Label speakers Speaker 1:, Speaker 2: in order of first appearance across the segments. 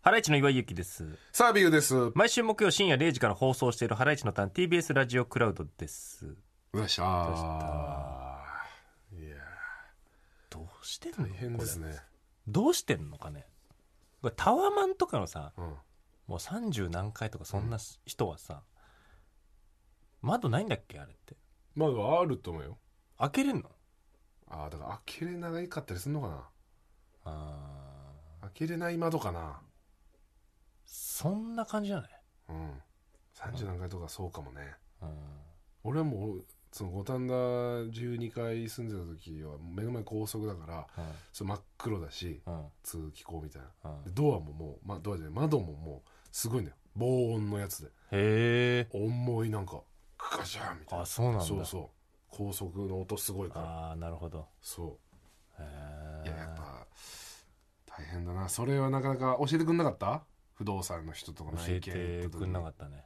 Speaker 1: ハライチの岩井ゆきです。
Speaker 2: サービューです。よ
Speaker 1: 毎週木曜深夜0時から放送しているハライチのターン TBS ラジオクラウドです。
Speaker 2: っしゃー。いや
Speaker 1: どうしてんの
Speaker 2: ー、大変ですね。
Speaker 1: どうしてんのかねこれタワマンとかのさ、
Speaker 2: うん。
Speaker 1: もう30何回とかそんな人はさ、窓ないんだっけあれって。
Speaker 2: まだあると思うよ。
Speaker 1: 開けれんの
Speaker 2: ああ、だから開けれないかったりすんのかな
Speaker 1: あー
Speaker 2: 開けれない窓かな
Speaker 1: そんな感じじゃない
Speaker 2: うん。30何階とかそうかもね。
Speaker 1: うん。
Speaker 2: 俺はもう、その五反田12階住んでた時は目の前高速だから、それ真っ黒だし、
Speaker 1: うん。うん。
Speaker 2: 通気口みたいな。
Speaker 1: うん
Speaker 2: で、ドアももう、まあドアじゃない、窓ももう、すごいんだよ。防音のやつで。
Speaker 1: へえ。
Speaker 2: 重いなんか、ガシャンみたいな
Speaker 1: あ、。そうなんだ。
Speaker 2: そうそう。高速の音すごいから。
Speaker 1: ああ、なるほど。
Speaker 2: そう。
Speaker 1: へえ
Speaker 2: いややっぱ大変だなそれはなかなか教えてくんなかった不動産の人とか
Speaker 1: 教えてくんなか
Speaker 2: っ
Speaker 1: ったね。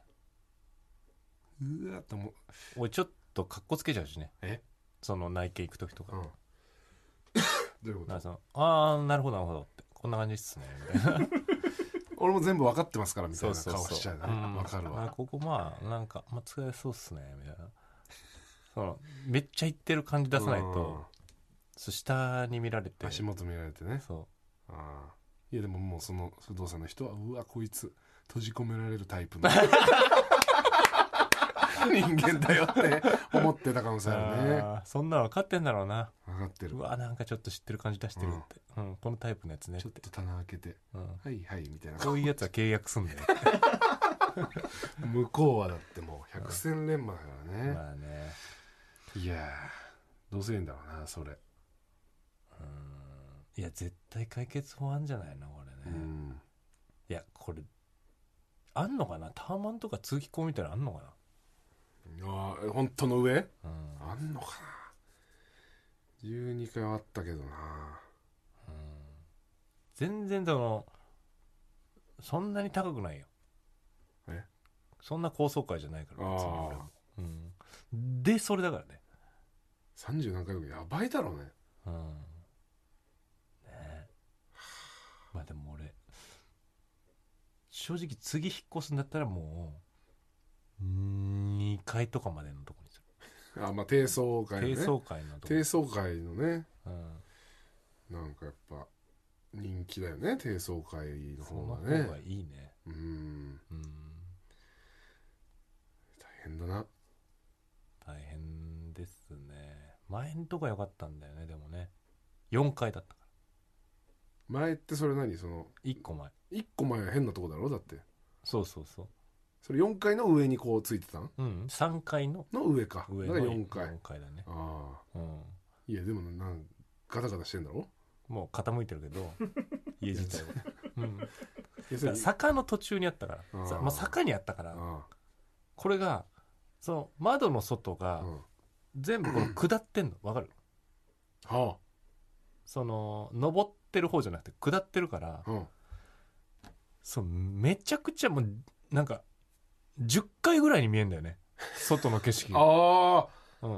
Speaker 2: たうわっともう
Speaker 1: 俺ちょっとかっこつけちゃうしね
Speaker 2: え
Speaker 1: その内見行く時とか,、
Speaker 2: うんどういう
Speaker 1: な
Speaker 2: こ
Speaker 1: ん
Speaker 2: と
Speaker 1: かそのああなるほどなるほどってこんな感じっすねみたいな
Speaker 2: 俺も全部分かってますからみたいな顔しちゃうね
Speaker 1: ん
Speaker 2: 分かる
Speaker 1: あ
Speaker 2: わ
Speaker 1: ここまあなんか、まあ、使えそうっすねみたいなそのめっちゃ行ってる感じ出さないと、そう下に見られ
Speaker 2: う
Speaker 1: て
Speaker 2: ん足元見られてね
Speaker 1: そ
Speaker 2: あーいやでももうその不動産の人はうわこいつ閉じ込められるタイプ の人間だよって思ってた可能
Speaker 1: う
Speaker 2: 性あるね
Speaker 1: あーそんなの分かってんだろうな
Speaker 2: 分かってる
Speaker 1: うわなんかちょっと知ってる感じ出してるって、うんこのタイプのやつねっ、
Speaker 2: ちょってと棚開けて
Speaker 1: うん、
Speaker 2: はいはいみたいな
Speaker 1: こういうやつは契約すんだよ
Speaker 2: 向こうはだってもう百戦錬磨だからね、
Speaker 1: まあね
Speaker 2: いやーどうすりゃいいんだろうなそれ、
Speaker 1: うんいや絶対解決法あんじゃないのこれね、
Speaker 2: うん
Speaker 1: いやこれあんのかなターマンとか通気口みたいなのあんのか
Speaker 2: あー本当の上
Speaker 1: な
Speaker 2: あんのかな12回はあったけどな
Speaker 1: うん、うん、全然そのそんなに高くないよ
Speaker 2: え
Speaker 1: そんな高層階じゃないから別に
Speaker 2: あー
Speaker 1: 俺もうん、でそれだからね
Speaker 2: 30何回とかやばいだろうね
Speaker 1: うんねえまあでも俺正直次引っ越すんだったらもう2階とかまでのとこにする
Speaker 2: あまあ低層階のね
Speaker 1: 低層階のとこ
Speaker 2: 低層階のね
Speaker 1: うん
Speaker 2: なんかやっぱ人気だよね低層階の
Speaker 1: そ
Speaker 2: 方
Speaker 1: の方
Speaker 2: がね
Speaker 1: がいいね
Speaker 2: うん
Speaker 1: うん
Speaker 2: 大変だな
Speaker 1: 大変ですね前んとこは良かったんだよねでもね4階だったか
Speaker 2: 前ってそれ何その
Speaker 1: ら1個前
Speaker 2: 1個前は変なとこだろだって
Speaker 1: そうそうそ
Speaker 2: それ4階の上にこうついてたん
Speaker 1: ううん3階の
Speaker 2: の上か
Speaker 1: 上
Speaker 2: だ
Speaker 1: の
Speaker 2: から4階
Speaker 1: 四階だね
Speaker 2: あ
Speaker 1: う
Speaker 2: あ
Speaker 1: ん
Speaker 2: いやでもなんガタガタしてんだろ
Speaker 1: もう傾いてるけ ど家自体は、うん、だか
Speaker 2: いや
Speaker 1: ら坂の途中にあったからさ
Speaker 2: あー
Speaker 1: まあ、坂にあったから
Speaker 2: あ
Speaker 1: これがその窓の外
Speaker 2: あ、
Speaker 1: が
Speaker 2: うん、は
Speaker 1: 全部この下ってんのわかる
Speaker 2: あ、
Speaker 1: その登ってる方じゃなくて下ってるから
Speaker 2: うん、
Speaker 1: そうめちゃくちゃもうなんか10回ぐらいに見えんだよね外の景色が、
Speaker 2: ああ
Speaker 1: う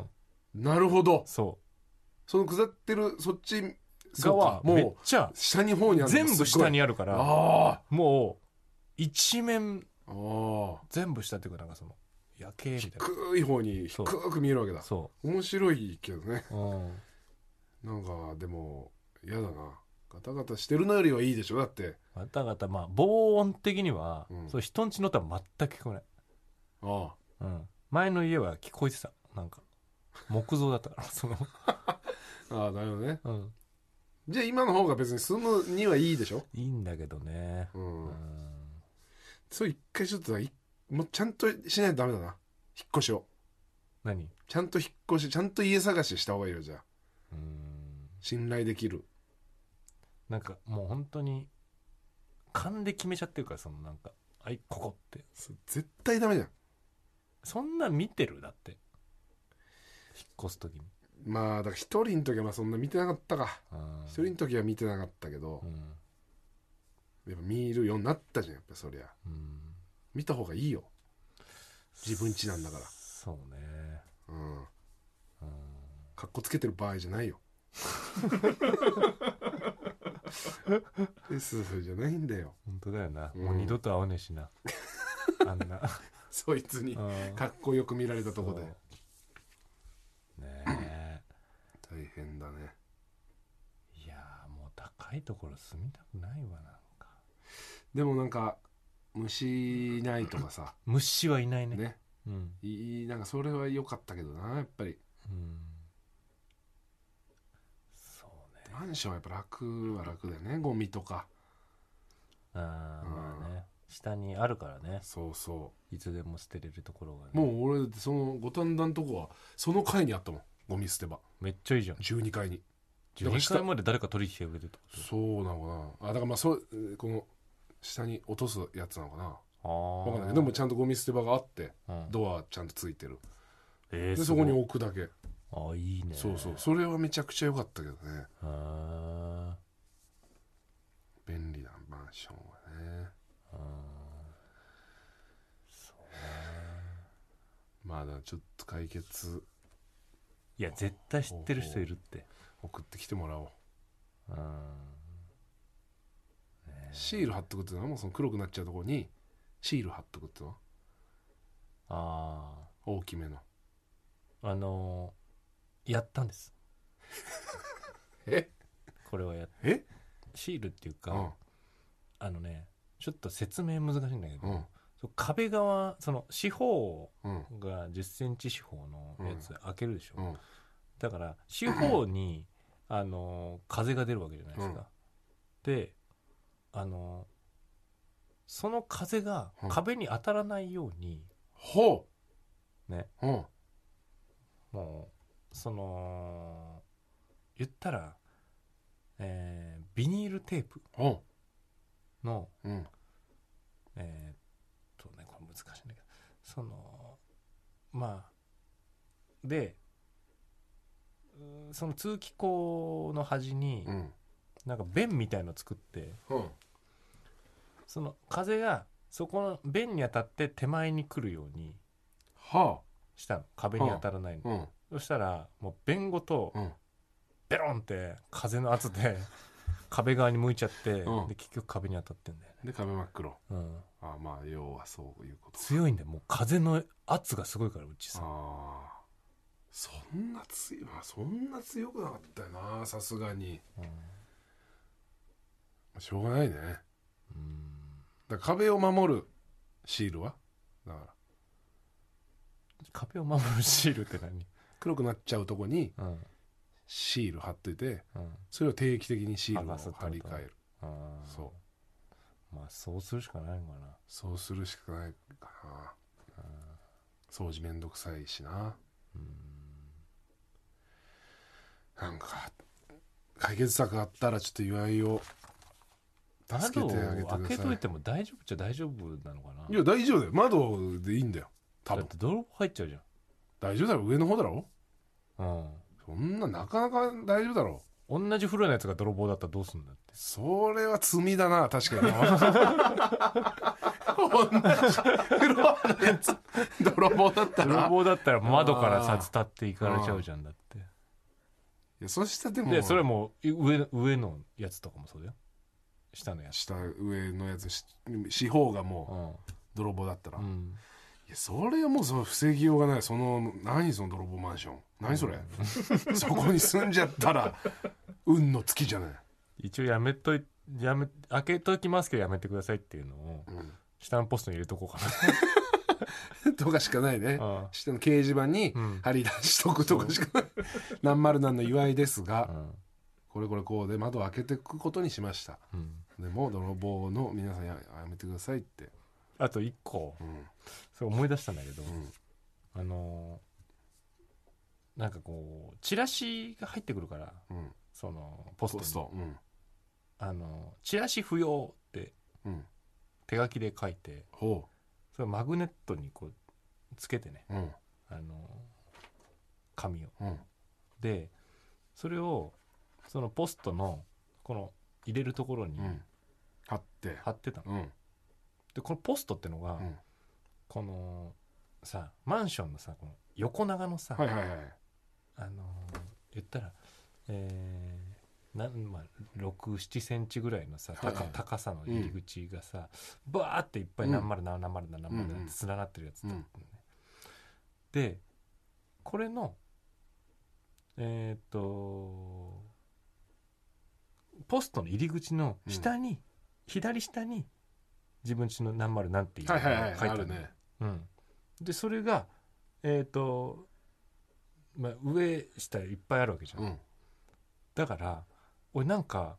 Speaker 1: ん、
Speaker 2: なるほど
Speaker 1: そ
Speaker 2: その下ってるそっち
Speaker 1: う
Speaker 2: 側
Speaker 1: 側めっ
Speaker 2: も
Speaker 1: ちゃ
Speaker 2: う下に方にある
Speaker 1: 全部下に
Speaker 2: あ
Speaker 1: あるか
Speaker 2: る
Speaker 1: ら
Speaker 2: あ
Speaker 1: もう一面
Speaker 2: あああ
Speaker 1: 全部下っていうかなんかその夜景みたいな
Speaker 2: 低い方に低く見えるわけだ
Speaker 1: そ
Speaker 2: 面白いけどね
Speaker 1: う、うん、
Speaker 2: なんかでも嫌だなガタガタしてるのよりはいいでしょだって
Speaker 1: ガタガタまあ防音的には、
Speaker 2: うん
Speaker 1: そう人んちの音は全く聞こえない、
Speaker 2: あ
Speaker 1: うん、前の家は聞こえてたなんか木造だったからその、
Speaker 2: あああなるほどね
Speaker 1: うん、
Speaker 2: じゃあ今の方が別に住むにはいいでしょ
Speaker 1: いいんだけどね、
Speaker 2: う、
Speaker 1: うんん、
Speaker 2: それ一回ちょっといもうちゃんとしないとダメだな引っ越しを
Speaker 1: 何
Speaker 2: ちゃんと引っ越しちゃんと家探しした方がいいよじゃあ
Speaker 1: うん
Speaker 2: 信頼できる
Speaker 1: なんかもう本当に勘で決めちゃってるからそのなんか「はいここ」って
Speaker 2: そ絶対ダメじゃん
Speaker 1: そんな見てるだって引っ越す時に
Speaker 2: まあだから一人の時はまあそんな見てなかったか
Speaker 1: うん
Speaker 2: 一人の時は見てなかったけど
Speaker 1: う、ん、
Speaker 2: やっぱ見るようになったじゃんやっぱそりゃ
Speaker 1: うん、
Speaker 2: 見た方がいいよ自分家なんだから
Speaker 1: そうね
Speaker 2: うん
Speaker 1: うん
Speaker 2: かっこつけてる場合じゃないよ S じゃないんだよ
Speaker 1: 本当だよな、
Speaker 2: うん
Speaker 1: もう二度と会わねえし なあんな
Speaker 2: そいつに
Speaker 1: うん
Speaker 2: かっこよく見られたとこで
Speaker 1: そうねえ
Speaker 2: 大変だね
Speaker 1: いやーもう高いところ住みたくないわなんか
Speaker 2: でもなんか虫いないとかさ
Speaker 1: 虫はい ないね
Speaker 2: ね
Speaker 1: うん、
Speaker 2: いいなんかそれは良かったけどなやっぱり
Speaker 1: うん、そうね
Speaker 2: マンションはやっぱ楽は楽だよねゴミとか
Speaker 1: あーまあね下にあるからね
Speaker 2: そうそ
Speaker 1: いつでも捨てれるところがね
Speaker 2: うもう俺だってその五反田のとこはその階にあったもんゴミ捨て場
Speaker 1: めっちゃいいじゃん
Speaker 2: 12階にだから
Speaker 1: 12
Speaker 2: 下
Speaker 1: 階まで誰か取りに来てくれてるってこと
Speaker 2: そうなのかなあだからまあそうえーこの下に落とすやつなのかな
Speaker 1: あ
Speaker 2: 分かんないけ
Speaker 1: あ
Speaker 2: どでもちゃんとゴミ捨て場があって
Speaker 1: うん
Speaker 2: ドアちゃんとついてる
Speaker 1: えー、
Speaker 2: ですそ
Speaker 1: ご
Speaker 2: こ
Speaker 1: い
Speaker 2: に置くだけ
Speaker 1: あいいね
Speaker 2: そうそうそれはめちゃくちゃ良かったけどね
Speaker 1: あ
Speaker 2: 便利なマンションはね
Speaker 1: あそうね
Speaker 2: まあだからちょっと解決
Speaker 1: いや絶対知ってる人いるって
Speaker 2: 送ってきてもらおう
Speaker 1: うんね
Speaker 2: シール貼っとくっていうのはもうその黒くなっちゃうところにシール貼っとくっていうのは
Speaker 1: あ
Speaker 2: 大きめの
Speaker 1: ああのーやったんです
Speaker 2: え
Speaker 1: これはやっ
Speaker 2: え
Speaker 1: シールっていう
Speaker 2: う
Speaker 1: か、
Speaker 2: ん
Speaker 1: あのねちょっと説明難しいんだけど、
Speaker 2: うん
Speaker 1: そう壁側その四方
Speaker 2: うん
Speaker 1: が1 0センチ四方のやつ開けるでしょ、
Speaker 2: うん
Speaker 1: だから四方に、あのー風が出るわけじゃないですか、であのーその風が
Speaker 2: うん
Speaker 1: 壁に当たらないように、
Speaker 2: ほ
Speaker 1: ね
Speaker 2: ううん
Speaker 1: もうその言ったら、えービニールテープ
Speaker 2: うん
Speaker 1: の
Speaker 2: うん
Speaker 1: えーっとねこれ難しいんだけどそのまあでうーその通気口の端に
Speaker 2: うん
Speaker 1: なんか弁みたいの作って
Speaker 2: うん
Speaker 1: その風がそこの弁に当たって手前に来るように
Speaker 2: は
Speaker 1: したの壁に当たらないの、
Speaker 2: あう
Speaker 1: そ
Speaker 2: ん
Speaker 1: したらもう弁ごと
Speaker 2: うん
Speaker 1: ベロンって風の圧 で壁側に向いちゃって、
Speaker 2: うん
Speaker 1: で結局壁に当たってんだよね、
Speaker 2: で壁真っ黒
Speaker 1: うん、
Speaker 2: あまあ要はそういうこと
Speaker 1: 強いんだよもう風の圧がすごいからうちさ
Speaker 2: ああそんな強いまあそんな強くなかったよなさすがに
Speaker 1: うん
Speaker 2: しょうがないね
Speaker 1: うん
Speaker 2: だから壁を守るシールはだから
Speaker 1: 壁を守るシールって何
Speaker 2: 黒くなっちゃうとこに
Speaker 1: うん
Speaker 2: シール貼っといて
Speaker 1: うん
Speaker 2: それを定期的にシールを
Speaker 1: 剥がすってこと
Speaker 2: 貼り替える
Speaker 1: あー
Speaker 2: そう
Speaker 1: まあそうするしかないのかな
Speaker 2: そうするしかないかな掃除めんどくさいしな
Speaker 1: うん
Speaker 2: なんか解決策あったらちょっと岩井を助けてあ
Speaker 1: 窓
Speaker 2: げて
Speaker 1: を
Speaker 2: く
Speaker 1: 開け
Speaker 2: ださ
Speaker 1: とい
Speaker 2: い
Speaker 1: ても大丈夫っちゃ大丈夫なのかない
Speaker 2: や大丈夫だよ窓でいいんだよ多
Speaker 1: だっ
Speaker 2: 分
Speaker 1: て泥棒入っちゃうじ
Speaker 2: 大丈夫だろ上の方だろ
Speaker 1: ゃん、
Speaker 2: そんななかなか大丈夫だろ
Speaker 1: うん、同じ風呂のやつが泥棒だったらどうすんだって
Speaker 2: それは罪だな確 かに同じフロアのやつ泥棒だった
Speaker 1: 泥
Speaker 2: ら
Speaker 1: 棒だったら窓から
Speaker 2: あ
Speaker 1: さ
Speaker 2: ー
Speaker 1: 伝っていかれちゃうじゃんだって
Speaker 2: いやそしたらでも
Speaker 1: でそれはもう上上のやつとかもそうだよ下のやつ
Speaker 2: 下上のやつし四方がもう
Speaker 1: う
Speaker 2: 泥棒だったら、
Speaker 1: ん、う
Speaker 2: い
Speaker 1: ん、
Speaker 2: やそれはもうその防ぎようがないその何その泥棒マンション何それ、 そこに住んじゃったら運の尽きじゃない、
Speaker 1: 一応やめといやめ開けときますけどやめてくださいっていうのを
Speaker 2: う
Speaker 1: 下のポストに入れとこうか
Speaker 2: ん、とかしかないね
Speaker 1: なうん
Speaker 2: 下の掲示板に
Speaker 1: うん
Speaker 2: 貼り出しとくとかしかない何丸何の祝いです
Speaker 1: う
Speaker 2: が
Speaker 1: ん
Speaker 2: これこれこうで窓を開けていくことにしました
Speaker 1: うん
Speaker 2: でも泥棒の皆さんややめてくださいって、
Speaker 1: あと一個
Speaker 2: うん
Speaker 1: それ思い出したんだけど、
Speaker 2: うん
Speaker 1: あのーなんかこうチラシが入ってくるから
Speaker 2: うん、
Speaker 1: そのポスト
Speaker 2: ポ
Speaker 1: に
Speaker 2: ストうん
Speaker 1: あのーチラシ不要って
Speaker 2: うん
Speaker 1: 手書きで書いて
Speaker 2: ほ
Speaker 1: それマグネットにこうつけてね
Speaker 2: ううん
Speaker 1: あのー紙を
Speaker 2: うん
Speaker 1: でそれをそのポストのこの入れるところに
Speaker 2: うん貼って
Speaker 1: 貼ってたの、
Speaker 2: うん
Speaker 1: でこのポストってのが、
Speaker 2: うん
Speaker 1: このさマンションのさこの横長のさ、
Speaker 2: はいはいはい
Speaker 1: あのー言ったら、えーなんまあ、67センチぐらいのさ
Speaker 2: はい
Speaker 1: 高
Speaker 2: はい
Speaker 1: 高さの入り口がさ、バーっていっぱい何丸何丸何丸
Speaker 2: うんうん
Speaker 1: って連なってるやつだったのね、でこれのえーっとポストの入り口の下に、左下に自分ちの何丸何っていうの
Speaker 2: はい
Speaker 1: が
Speaker 2: は
Speaker 1: 書い
Speaker 2: い
Speaker 1: てあ
Speaker 2: は
Speaker 1: る
Speaker 2: い
Speaker 1: の、
Speaker 2: あるね
Speaker 1: うん、でそれがえっ、と、まあ、上下いっぱいあるわけじゃん、
Speaker 2: うん
Speaker 1: だから俺なんか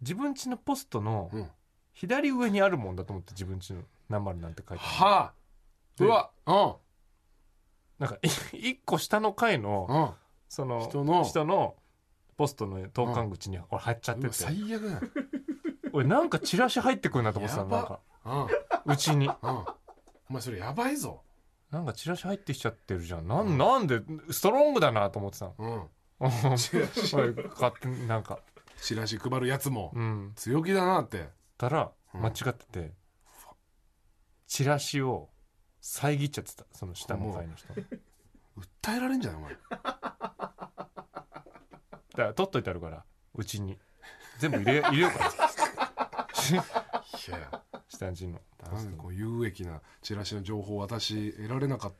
Speaker 1: 自分家のポストの
Speaker 2: うん
Speaker 1: 左上にあるもんだと思って自分家の何丸なんて書いてある
Speaker 2: はあうわう
Speaker 1: なんかい一個下の階の
Speaker 2: んうん
Speaker 1: その
Speaker 2: 人の
Speaker 1: のポストの投函口に俺入っちゃって
Speaker 2: うわ
Speaker 1: て、
Speaker 2: 最悪だ
Speaker 1: 俺なんかチラシ入ってくるなと思ってたの
Speaker 2: や
Speaker 1: なん
Speaker 2: ば
Speaker 1: か
Speaker 2: うんうん
Speaker 1: うちに
Speaker 2: お前それやばいぞ
Speaker 1: なんかチラシ入ってきちゃってるじゃんなん,、なんでストロングだなと思って たの
Speaker 2: うん
Speaker 1: チラシ買ってなんか
Speaker 2: チラシ配るやつも
Speaker 1: うん
Speaker 2: 強気だなって
Speaker 1: たら
Speaker 2: うん
Speaker 1: 間違ってて、チラシを遮っちゃってたその下の階の人だか
Speaker 2: 訴えられんじゃないお前
Speaker 1: ら取っといてあるからうちに全部入れ 入れようかな
Speaker 2: いやいや
Speaker 1: 下地の
Speaker 2: なんかこう有益なチラシの情報を私得られなかっ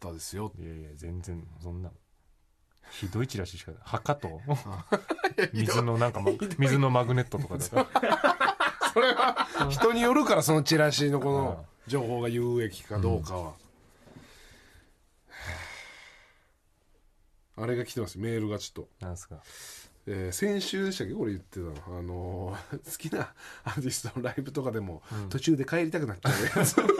Speaker 2: たですよ
Speaker 1: いやいや全然そんなひどいチラシしかない墓と
Speaker 2: あ
Speaker 1: 水のなんか、ま、水のマグネットとかだから
Speaker 2: それは人によるからそのチラシのこ
Speaker 1: うん
Speaker 2: の情報が有益かどうかは、 あれが来てますメールがちょっと、
Speaker 1: なんすか
Speaker 2: えー先週でしたっけこれ言ってたの、あのー 好きなアーティストのライブとかでも
Speaker 1: うん
Speaker 2: 途中で帰りたくなっちゃうやつ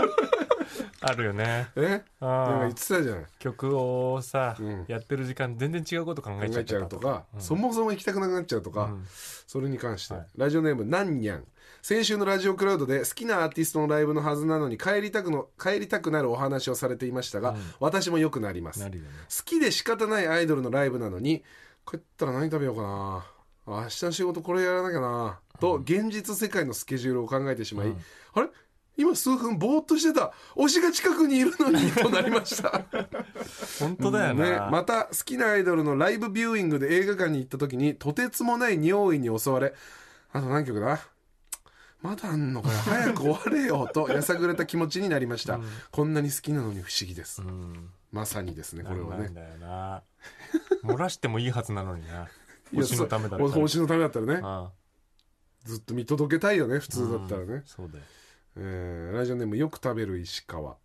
Speaker 1: あるよね
Speaker 2: えなんか
Speaker 1: あ
Speaker 2: 言っ
Speaker 1: ー
Speaker 2: てたじゃない
Speaker 1: 曲をさ、
Speaker 2: うん
Speaker 1: やってる時間全然違うこと考えち
Speaker 2: 考
Speaker 1: ゃ
Speaker 2: え
Speaker 1: っ
Speaker 2: ち
Speaker 1: て
Speaker 2: ゃ
Speaker 1: た
Speaker 2: うとか、
Speaker 1: うん
Speaker 2: そもそも行きたくなくなっちゃうとか、
Speaker 1: うん
Speaker 2: それに関して、
Speaker 1: はい
Speaker 2: ラジオネームなんにゃん先週のラジオクラウドで好きなアーティストのライブのはずなのに帰りたくの帰りたくなるお話をされていましたが、
Speaker 1: うん
Speaker 2: 私もよくなります
Speaker 1: な
Speaker 2: 好
Speaker 1: るよね
Speaker 2: きで仕方ないアイドルのライブなのに帰ったら何食べようかな明日の仕事これやらなきゃなと現実世界のスケジュールを考えてしまい、
Speaker 1: うん
Speaker 2: あれ今数分ぼーっとしてた推しが近くにいるの にとなりました
Speaker 1: 本当だよな、
Speaker 2: ね、また好きなアイドルのライブビューイングで映画館に行った時にとてつもない匂いに襲われあと何曲だまだあんのかよ早く終われよ とやさぐれた気持ちになりました、こんなに好きなのに不思議です、
Speaker 1: うん
Speaker 2: まさにですねこれは
Speaker 1: な
Speaker 2: ね
Speaker 1: んだよな漏らしてもいいはずなのにな星のためだったら
Speaker 2: ら推しのためだったらね
Speaker 1: ああ
Speaker 2: ずっと見届けたいよね普通だったら
Speaker 1: う
Speaker 2: ね
Speaker 1: ん、そうだよ
Speaker 2: えーラジオネームよく食べる石川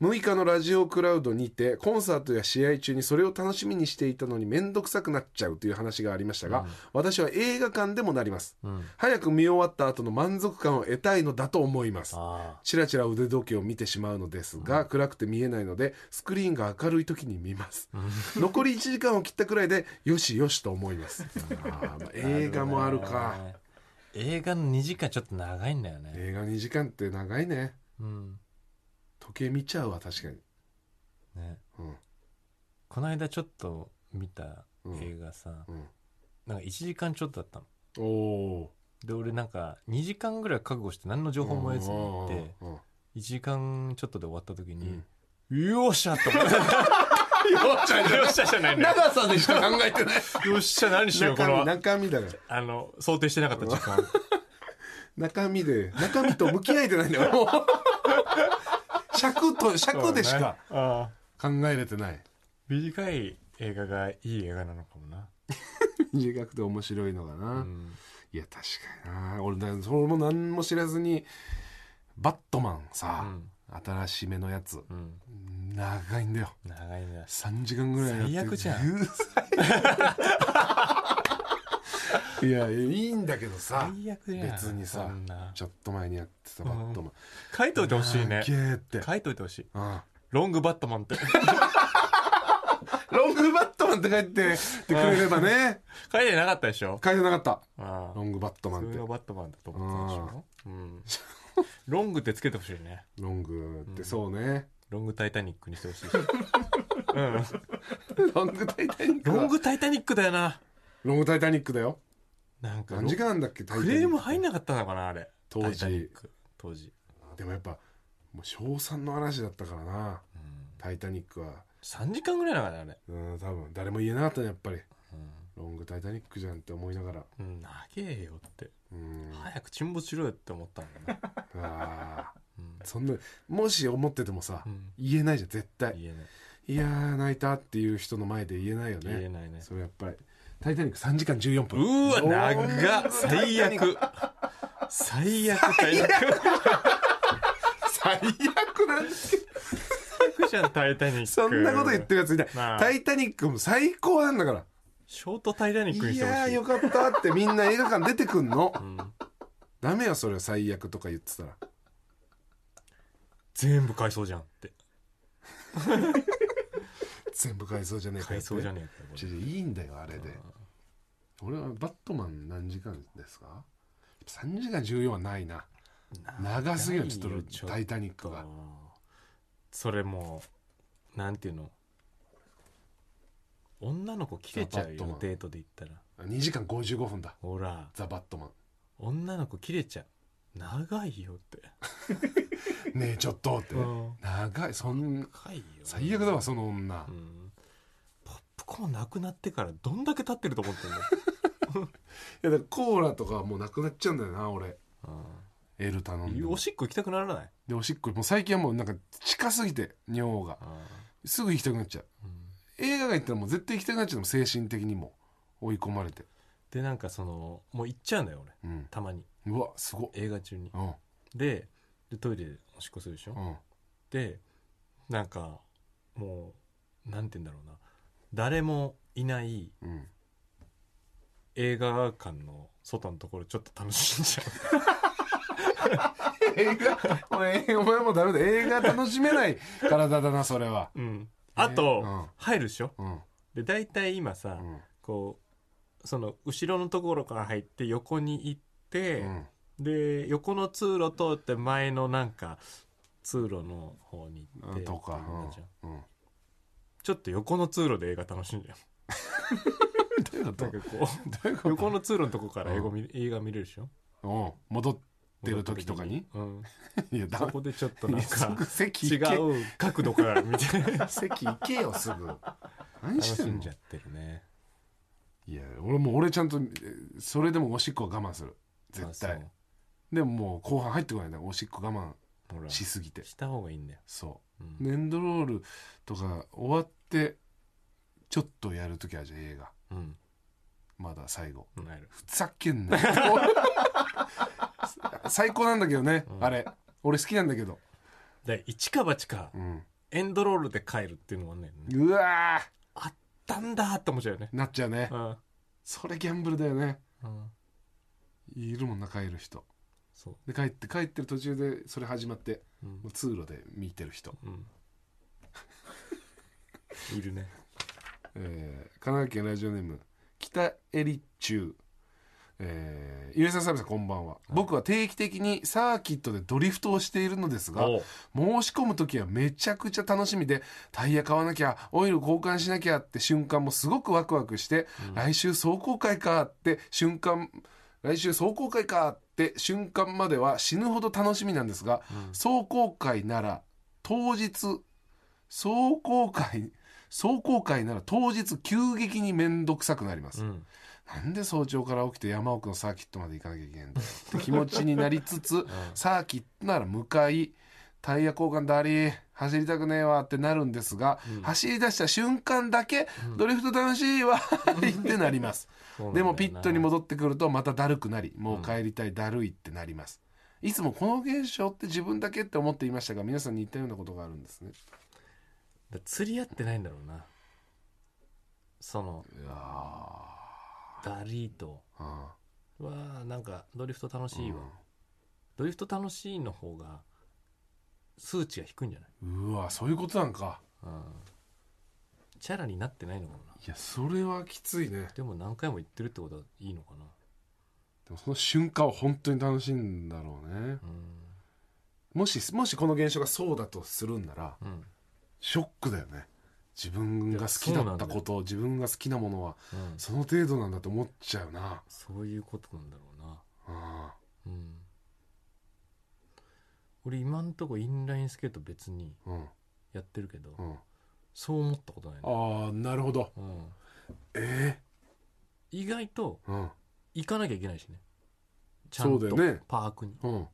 Speaker 2: 6日のラジオクラウドにてコンサートや試合中にそれを楽しみにしていたのに面倒くさくなっちゃうという話がありましたが、
Speaker 1: うん
Speaker 2: 私は映画館でもなります
Speaker 1: うん
Speaker 2: 早く見終わった後の満足感を得たいのだと思います
Speaker 1: あ
Speaker 2: チラチラ腕時計を見てしまうのですが、暗くて見えないのでスクリーンが明るい時に見ます
Speaker 1: あ
Speaker 2: 残り1時間を切ったくらいでよしよしと思いますあーまあ映画もあるか
Speaker 1: ね映画の2時間ちょっと長いんだよね、
Speaker 2: 映画2時間って長いね
Speaker 1: うん
Speaker 2: 時計見ちゃうわ確かに
Speaker 1: ね
Speaker 2: うん
Speaker 1: この間ちょっと見た映画さ、
Speaker 2: うん
Speaker 1: なんか1時間ちょっとだったの
Speaker 2: おお
Speaker 1: で俺なんか2時間ぐらい覚悟して何の情報も得ずに行って
Speaker 2: うん
Speaker 1: 1時間ちょっとで終わった時に
Speaker 2: ん、
Speaker 1: よっしゃと思ってよ
Speaker 2: よっちゃんじゃない
Speaker 1: っしゃじゃないんだよ
Speaker 2: 長さでしか考えてない
Speaker 1: よっしゃ何しようこ
Speaker 2: 中身
Speaker 1: の
Speaker 2: 中身だから
Speaker 1: あの想定してなかった時間
Speaker 2: 中身で中身と向き合えてないんだよも う尺と尺でしか
Speaker 1: そうだねああ
Speaker 2: 考えれてない
Speaker 1: 短い映画がいい映画なのかもな、
Speaker 2: 短くて面白いのかな、
Speaker 1: うん、
Speaker 2: いや確かにな俺だそれも何も知らずに「バットマン
Speaker 1: う
Speaker 2: さ」
Speaker 1: ん
Speaker 2: 新しめのやつ
Speaker 1: うん
Speaker 2: 長いんだよ
Speaker 1: 長いな
Speaker 2: 3時間ぐらいやって
Speaker 1: 最悪じゃん
Speaker 2: うざいいやいいんだけどさ
Speaker 1: 最悪やん
Speaker 2: 別に
Speaker 1: そ
Speaker 2: さ
Speaker 1: んな
Speaker 2: ちょっと前にやってた「バットマン」
Speaker 1: 書いといてほしいね
Speaker 2: 長えって
Speaker 1: 書いといてほしい
Speaker 2: うん
Speaker 1: ロングバットマンって
Speaker 2: ロングバットマンって書いてってくれればね
Speaker 1: 書いてなかったでしょ
Speaker 2: 書いてなかった
Speaker 1: あ
Speaker 2: ロングバット
Speaker 1: あ
Speaker 2: マ
Speaker 1: 普
Speaker 2: ンっ
Speaker 1: 通
Speaker 2: て
Speaker 1: のバットマンだと思ってたでしょ、うん、ロングってつけてほしいね
Speaker 2: ロングってそうね、
Speaker 1: ロングタイタニックにしてほしいし、うん、
Speaker 2: ロングタイタニックは
Speaker 1: ロングタイタニックだよな
Speaker 2: ロングタイタニックだよ
Speaker 1: なんか
Speaker 2: 何時間あんだっけタイタ
Speaker 1: ク
Speaker 2: ニック
Speaker 1: レーム入んなかったのかなあれ
Speaker 2: 当時
Speaker 1: タイタニック当時、
Speaker 2: でもやっぱもう賞賛の嵐だったからな
Speaker 1: うん、
Speaker 2: タイタニックは
Speaker 1: 3時間ぐらいだからねあれ
Speaker 2: うん多分誰も言えなかったねやっぱり
Speaker 1: うん
Speaker 2: ロングタイタニックじゃんって思いながら
Speaker 1: うん長えよって
Speaker 2: うん
Speaker 1: 早く沈没しろよって思ったんだよね、
Speaker 2: あ
Speaker 1: う
Speaker 2: ー
Speaker 1: ん
Speaker 2: そんなもし思っててもさ、
Speaker 1: うん
Speaker 2: 言えないじゃん絶対
Speaker 1: 言えない
Speaker 2: いやー泣いたっていう人の前で言えないよね
Speaker 1: 言えないね
Speaker 2: それやっぱり「タイタニック」3時間14
Speaker 1: う
Speaker 2: 分
Speaker 1: ーわ
Speaker 2: おー
Speaker 1: 長っ最悪最悪最悪
Speaker 2: 最悪なんですよ
Speaker 1: じゃん「タイタニック」
Speaker 2: そんなこと言ってるやついない「
Speaker 1: なあ
Speaker 2: タイタニック」も最高なんだから
Speaker 1: ショート「タイタニック」に
Speaker 2: い
Speaker 1: してほ
Speaker 2: やー
Speaker 1: しい
Speaker 2: よかったってみんな映画館出てくんの
Speaker 1: うん
Speaker 2: ダメよそれ最悪とか言ってたら
Speaker 1: 全部改装じゃんって
Speaker 2: 全部改装じゃねえか
Speaker 1: 改
Speaker 2: よって
Speaker 1: 装じゃねえ
Speaker 2: ち
Speaker 1: か
Speaker 2: ょ
Speaker 1: よ
Speaker 2: ちょいいんだよあれで俺はバットマン何時間ですか3時間14はないな長すぎるちょっと「タイタニック」が
Speaker 1: それもうなんていうの女の子切れちゃう
Speaker 2: ザバットマ
Speaker 1: よ
Speaker 2: ン
Speaker 1: デートで行ったら
Speaker 2: 2時間55分だ
Speaker 1: ほら
Speaker 2: 「ザ・バットマン
Speaker 1: 女の子切れちゃう長いよって」
Speaker 2: ねえちょっとって
Speaker 1: うん
Speaker 2: 長いそん
Speaker 1: 長いよ
Speaker 2: 最悪だわその女
Speaker 1: うんポップコーンなくなってからどんだけ経ってると思ってんの
Speaker 2: いやだからコーラとかはもうなくなっちゃうんだよな俺エル頼んでも
Speaker 1: おしっこ行きたくならない
Speaker 2: でおしっこもう最近はもうなんか近すぎて尿がすぐ行きたくなっちゃう
Speaker 1: うん
Speaker 2: 映画が行ったらもう絶対行きたくなっちゃうの精神的にも追い込まれて
Speaker 1: でなんかそのもう行っちゃうんだよ俺
Speaker 2: うん
Speaker 1: たまに
Speaker 2: うわすごっ
Speaker 1: 映画中に
Speaker 2: うん
Speaker 1: ででトイレでおしっこするでしょ
Speaker 2: うん
Speaker 1: でなんかもうなんて言うんだろうな誰もいない
Speaker 2: うん
Speaker 1: 映画館の外のところちょっと楽しんじゃう
Speaker 2: 映画お前お前もダメだ映画楽しめない体だなそれは
Speaker 1: うんあと、
Speaker 2: うん
Speaker 1: 入るでしょ
Speaker 2: うん
Speaker 1: で大体今さ、
Speaker 2: うん
Speaker 1: こうその後ろのところから入って横に行って、
Speaker 2: うん
Speaker 1: で横の通路通って前のなんか通路の方に行っ
Speaker 2: う
Speaker 1: て
Speaker 2: んとか
Speaker 1: っていうのじゃん
Speaker 2: うんうん
Speaker 1: ちょっと横の通路で映画楽しんじゃう
Speaker 2: どう
Speaker 1: なん
Speaker 2: いうこと
Speaker 1: か こ
Speaker 2: どういう
Speaker 1: う
Speaker 2: こ
Speaker 1: 横の通路のとこから映画見,、映画見れるでしょ
Speaker 2: とうん戻ってる時とかに
Speaker 1: うん、
Speaker 2: いや
Speaker 1: そ
Speaker 2: だ
Speaker 1: こでちょっとなんか
Speaker 2: 席
Speaker 1: 違
Speaker 2: 行け
Speaker 1: う角度から見て
Speaker 2: 席行けよすぐ何
Speaker 1: 楽
Speaker 2: して
Speaker 1: し
Speaker 2: ん
Speaker 1: ん
Speaker 2: の
Speaker 1: じゃってるね
Speaker 2: いや俺もう俺ちゃんとえーそれでもおしっこは我慢する絶
Speaker 1: あ
Speaker 2: 対でももう後半入ってこないねおしっこ我
Speaker 1: そうほら
Speaker 2: 慢
Speaker 1: し
Speaker 2: しすぎて
Speaker 1: た方がいいんだよ、
Speaker 2: そ
Speaker 1: うん
Speaker 2: うエンドロールとか終わってちょっとやるときはじゃん映画
Speaker 1: うん
Speaker 2: まだ最後
Speaker 1: なる
Speaker 2: ふざけんなよ 最高なんだけどね、
Speaker 1: うん
Speaker 2: あれ俺好きなんだけど、
Speaker 1: で一か八か
Speaker 2: うん、
Speaker 1: エンドロールで帰るっていうのもあんねんね
Speaker 2: うわ
Speaker 1: あったんだーって思っちゃうよね
Speaker 2: ーなっちゃうね、
Speaker 1: うん
Speaker 2: それギャンブルだよね
Speaker 1: うん
Speaker 2: いるもんな帰る人
Speaker 1: そう
Speaker 2: で帰って帰ってる途中でそれ始まって
Speaker 1: うん
Speaker 2: もう通路で見てる人、
Speaker 1: うんいるね
Speaker 2: えー神奈川県ラジオネーム北エリチューえー、ゆえさんサービさんこんばんは、僕は定期的にサーキットでドリフトをしているのですが
Speaker 1: おう
Speaker 2: 申し込む時はめちゃくちゃ楽しみでタイヤ買わなきゃオイル交換しなきゃって瞬間もすごくワクワクして、来週壮行会かって瞬間来週壮行会かって瞬間までは死ぬほど楽しみなんですが、壮行会なら当日壮行会壮行会なら当日急激に面倒くさくなります、
Speaker 1: うん
Speaker 2: なんで早朝から起きて山奥のサーキットまで行かなきゃいけないんだよって気持ちになりつ つサーキットなら向かいタイヤ交換だり走りたくねえわってなるんですが、走り出した瞬間だけ、ドリフト楽しい わってなります
Speaker 1: そうなんだ
Speaker 2: で
Speaker 1: よな
Speaker 2: もピットに戻ってくるとまただるくなりもう帰りたいだるいってなります、いつもこの現象って自分だけって思っていましたが皆さんに似たようなことがあるんですね
Speaker 1: だ釣り合ってないんだろうなその
Speaker 2: いやーあ
Speaker 1: ダリーと
Speaker 2: あ
Speaker 1: うわあなんかドリフト楽しいわ、
Speaker 2: うん
Speaker 1: ドリフト楽しいの方が数値が低いんじゃないう
Speaker 2: わそういうことなんか
Speaker 1: うんチャラになってないのかもない
Speaker 2: やそれはきついね
Speaker 1: でも何回も言ってるってことはいいのかな
Speaker 2: でもその瞬間を本当に楽しいんだろうね
Speaker 1: う
Speaker 2: もしもしこの現象がそうだとするんなら
Speaker 1: んうん
Speaker 2: ショックだよね自分が好きだ
Speaker 1: いやそうな
Speaker 2: っ
Speaker 1: ん
Speaker 2: た
Speaker 1: だよ
Speaker 2: こと自分が好きなものは
Speaker 1: うん
Speaker 2: その程度なんだと思っちゃうな
Speaker 1: そういうことなんだろうな
Speaker 2: あ
Speaker 1: うん俺今んとこインラインスケート別に
Speaker 2: あうん
Speaker 1: やってるけど
Speaker 2: うん
Speaker 1: そう思ったことないね
Speaker 2: ああなるほど
Speaker 1: うん
Speaker 2: ええ
Speaker 1: 意外と
Speaker 2: うん
Speaker 1: 行かなきゃいけないしねちゃ
Speaker 2: そ
Speaker 1: ん
Speaker 2: うだ
Speaker 1: と
Speaker 2: よね
Speaker 1: パークに、
Speaker 2: うん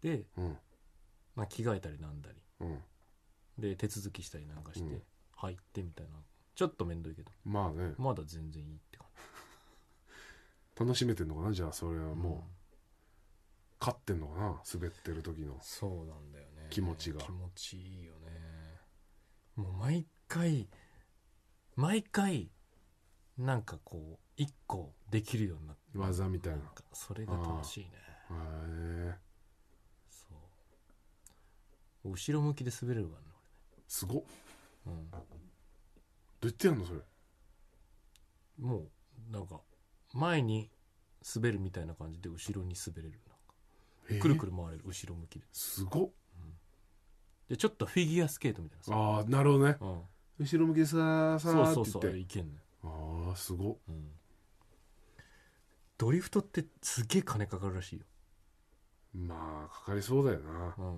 Speaker 1: で、
Speaker 2: うん
Speaker 1: まあ、着替えたりなんだり
Speaker 2: うん
Speaker 1: で手続きしたりなんかして、
Speaker 2: うん
Speaker 1: 入ってみたいなちょっと面倒いけど
Speaker 2: まあね
Speaker 1: まだ全然いいって感
Speaker 2: 楽しめてんのかなじゃあそれは
Speaker 1: じ
Speaker 2: もう、
Speaker 1: ん
Speaker 2: 勝ってんのかな滑ってる時の
Speaker 1: そうなんだよね
Speaker 2: 気持ちが
Speaker 1: 気持ちいいよねもう毎回毎回なんかこう一個できるようになって
Speaker 2: 技みたいな
Speaker 1: なんかそれが楽しいね
Speaker 2: へえ
Speaker 1: そう後ろ向きで滑れるからね
Speaker 2: すごっど
Speaker 1: 俺ね、
Speaker 2: うやってやんのそれ
Speaker 1: うん、もうなんか前に滑るみたいな感じで後ろに滑れるなんか
Speaker 2: えー
Speaker 1: くるくる回れる後ろ向きです
Speaker 2: ごっ
Speaker 1: でちょっとフィギュアスケートみたいなさ、
Speaker 2: ああなるほどね
Speaker 1: うん、
Speaker 2: 後ろ向きでさーさ
Speaker 1: そう
Speaker 2: ー
Speaker 1: そう
Speaker 2: って
Speaker 1: そう
Speaker 2: 言って
Speaker 1: いけんね
Speaker 2: ああすごっ
Speaker 1: うんドリフトってすげえ金かかるらしいよ、
Speaker 2: まあかかりそうだよな
Speaker 1: うん、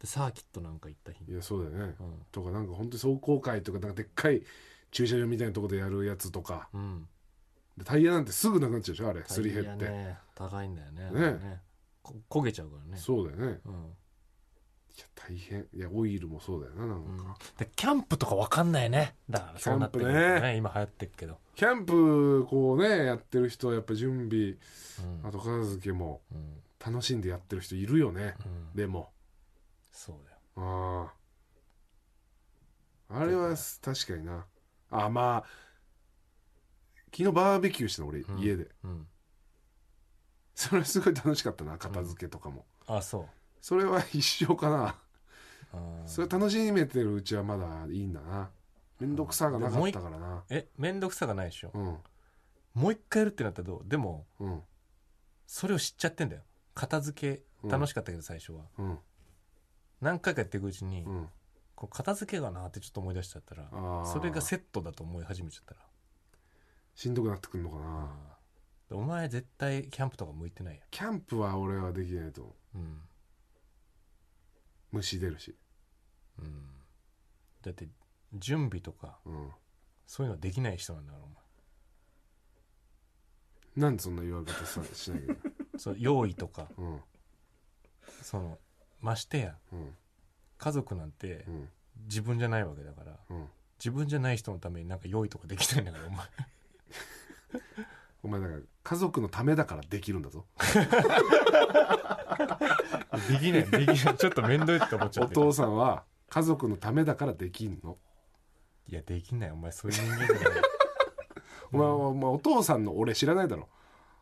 Speaker 1: でサーキットなんか行った日
Speaker 2: い
Speaker 1: に、
Speaker 2: やそうだよね
Speaker 1: うん
Speaker 2: とかなんか本当に壮行会とかなんかでっかい駐車場みたいなとこでやるやつとか
Speaker 1: うん、
Speaker 2: でタイヤなんてすぐなくなっちゃうでしょあれすり減
Speaker 1: タ
Speaker 2: っ
Speaker 1: イ
Speaker 2: て、
Speaker 1: ヤね高いんだよね
Speaker 2: ね
Speaker 1: あれねこ焦げちゃうからね
Speaker 2: そうだよね
Speaker 1: う、ん
Speaker 2: いや大変いやオイルもそうだよななんか、
Speaker 1: うん、でキャンプとかわかんないねだからそうなってくると
Speaker 2: キャンプ
Speaker 1: ね今流行ってるけど、
Speaker 2: キャンプこうねやってる人はやっぱ準備
Speaker 1: うん
Speaker 2: 後片付けも
Speaker 1: うん
Speaker 2: 楽しんでやってる人いるよね
Speaker 1: うん
Speaker 2: でも
Speaker 1: そうだよ
Speaker 2: あああれは確かになあまあ昨日バーベキューしたの俺、
Speaker 1: うん
Speaker 2: 家で
Speaker 1: うん、
Speaker 2: それはすごい楽しかったな片付けとかも、
Speaker 1: あそ
Speaker 2: それは一生かな、
Speaker 1: う、うん、
Speaker 2: それ楽しめてるうちはまだいいんだな面倒くさがなかったからな
Speaker 1: え面倒くさがないでしょ、
Speaker 2: うん
Speaker 1: もう一回やるってなったらどうでも
Speaker 2: うん
Speaker 1: それを知っちゃってんだよ片付け楽しかったけど最初は、
Speaker 2: うん
Speaker 1: 何回かやっていくうちに、
Speaker 2: うん
Speaker 1: こう片付けがなってちょっと思い出しちゃったら
Speaker 2: ああ
Speaker 1: それがセットだと思い始めちゃったら
Speaker 2: しんどくなってくるのかな
Speaker 1: でお前絶対キャンプとか向いてないや
Speaker 2: キャンプは俺はできないと思
Speaker 1: うん、
Speaker 2: う虫出るし
Speaker 1: うん、だって準備とか
Speaker 2: うん
Speaker 1: そういうのはできない人なんだからお前
Speaker 2: なんでそんな言われ方さし なきゃいけない
Speaker 1: そう用意とか
Speaker 2: うん
Speaker 1: そのましてや
Speaker 2: うん
Speaker 1: 家族なんて
Speaker 2: うん
Speaker 1: 自分じゃないわけだから
Speaker 2: うん
Speaker 1: 自分じゃない人のためになんか用意とかできないんだからお前
Speaker 2: お前だから家族のためだからできるんだぞ
Speaker 1: できないできないちょっと面倒いって思っちゃ
Speaker 2: お
Speaker 1: ってる
Speaker 2: 父さんは家族のためだからできんの
Speaker 1: いやできないお前そういう人間じゃ ない、
Speaker 2: お前はお前お父さんの俺知らないだろ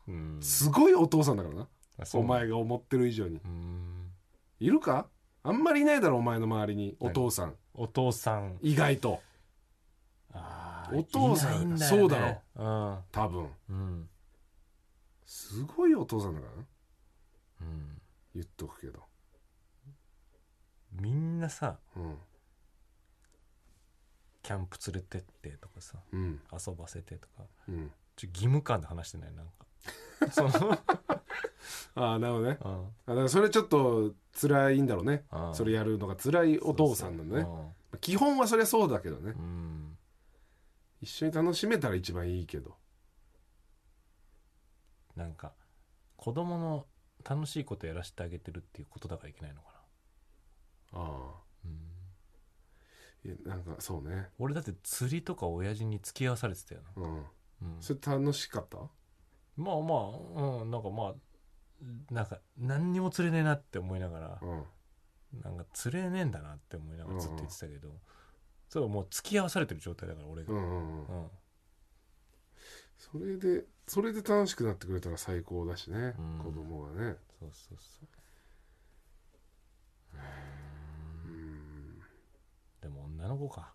Speaker 1: うん、
Speaker 2: すごいお父さんだからな
Speaker 1: あそう
Speaker 2: お前が思ってる以上に
Speaker 1: うん
Speaker 2: いるかあんまりいないだろお前の周りにお
Speaker 1: 何
Speaker 2: 父さん
Speaker 1: お父さん
Speaker 2: 意外と
Speaker 1: あ
Speaker 2: お父さん
Speaker 1: いないだよね
Speaker 2: そうだ多分
Speaker 1: うんうん
Speaker 2: すごいお父さんだからな
Speaker 1: うん
Speaker 2: 言っとくけど
Speaker 1: みんなさ
Speaker 2: うん
Speaker 1: キャンプ連れてってとかさ
Speaker 2: うん
Speaker 1: 遊ばせてとか
Speaker 2: うん
Speaker 1: ちょ義務感で話してないなん かその
Speaker 2: ああなるほどね
Speaker 1: うん
Speaker 2: あだからそれちょっと辛いんだろうね
Speaker 1: うん
Speaker 2: それやるのが辛いお父さんなんだね
Speaker 1: そうそう
Speaker 2: 基本はそりゃそうだけどね
Speaker 1: うんうん
Speaker 2: 一緒に楽しめたら一番いいけど
Speaker 1: なんか子供の楽しいことやらせてあげてるっていうことだからいけないのか
Speaker 2: ああ
Speaker 1: な、うん、
Speaker 2: いやなんかそうね
Speaker 1: 俺だって釣りとか親父に付き合わされてたよな、
Speaker 2: うん
Speaker 1: うん、
Speaker 2: それ楽しかった
Speaker 1: まあまあ、うん、なんかまあなんか何にも釣れねえなって思いながら
Speaker 2: うん
Speaker 1: なんか釣れねえんだなって思いながらずっと言ってたけど、それはもう付き合わされてる状態だから俺が、
Speaker 2: うんうんうん
Speaker 1: うん
Speaker 2: それでそれで楽しくなってくれたら最高だしね
Speaker 1: うん
Speaker 2: 子供がね
Speaker 1: そうそうそう
Speaker 2: うん
Speaker 1: でも女の子か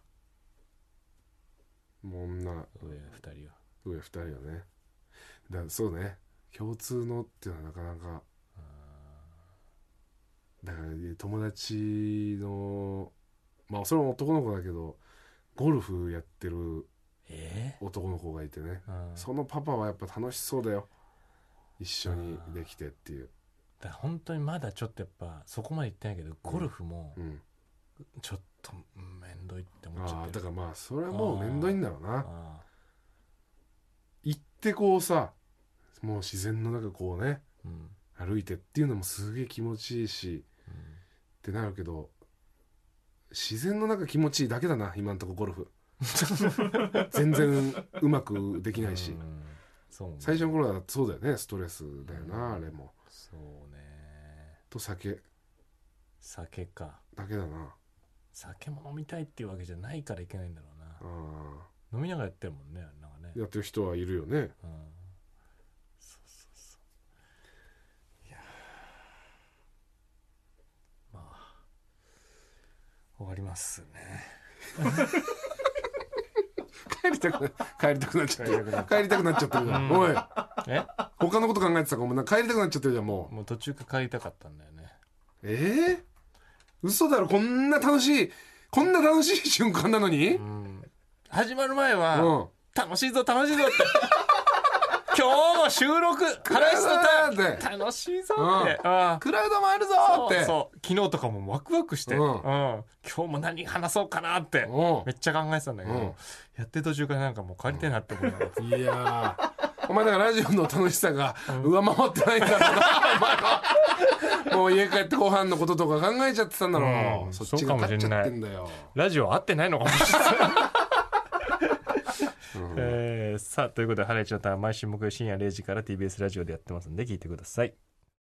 Speaker 2: もう女
Speaker 1: 上2人は
Speaker 2: 上2人はねだからそうね共通のっていうのはなかなかだから友達のまあそれも男の子だけどゴルフやってる
Speaker 1: え
Speaker 2: 男の子がいてね
Speaker 1: えうん
Speaker 2: そのパパはやっぱ楽しそうだよ一緒にできてっていう
Speaker 1: だから本当にまだちょっとやっぱそこまで行ってないけどゴルフも
Speaker 2: うん
Speaker 1: ちょっと面倒いって思っちゃっ
Speaker 2: ああ
Speaker 1: て
Speaker 2: だ
Speaker 1: る
Speaker 2: からまあそれはもう面倒いんだろうな
Speaker 1: あ
Speaker 2: ってこうさもう自然の中こうね
Speaker 1: うん
Speaker 2: 歩いてっていうのもすげえ気持ちいいしってなるけど自然の中気持ちいいだけだな今んとこゴルフ 全然うまくできないし、
Speaker 1: うんそうね
Speaker 2: 最初の頃はそうだよねストレスだよな、
Speaker 1: うん
Speaker 2: あれも
Speaker 1: そうね
Speaker 2: と酒
Speaker 1: 酒か
Speaker 2: だけだな
Speaker 1: 酒も飲みたいっていうわけじゃないからいけないんだろうな
Speaker 2: あー
Speaker 1: 飲みながらやってるもんねなんかね
Speaker 2: やってる人はいるよね
Speaker 1: うんそうそうそういやーまあ終わりますね
Speaker 2: 帰りた くな帰りたくなっちゃってる帰りたくなっちゃってるじゃん、
Speaker 1: うん
Speaker 2: おい
Speaker 1: え
Speaker 2: 他のこと考えてたからもうなんか帰りたくなっちゃってるじゃんもう
Speaker 1: もう途中から帰りたかったんだよね
Speaker 2: ええ嘘だろこんな楽しいこんな楽しい瞬間なのに、うん
Speaker 1: うん始まる前は、楽しいぞ楽しいぞって今日も収録話しと
Speaker 2: クラウドだっ
Speaker 1: った楽しいぞって、うん
Speaker 2: クラウドもあるぞー
Speaker 1: そ
Speaker 2: って
Speaker 1: うそう昨日とかもワクワクして、
Speaker 2: うん
Speaker 1: うん今日も何話そうかなって
Speaker 2: うん
Speaker 1: めっちゃ考えてたんだけど、
Speaker 2: うん
Speaker 1: やってる途中からなんかもう帰りたいなって思いながら
Speaker 2: いやーお前だからラジオの楽しさが上回ってないんだろうな、お前はもう家帰ってご飯のこととか考えちゃってたんだろう、
Speaker 1: うん
Speaker 2: そっちが勝っちゃってんだよ
Speaker 1: ラジオ合ってないのかも しれない。えーさあということで「ハライチのターン」毎週木曜深夜0時から TBS ラジオでやってますんで聞いてください。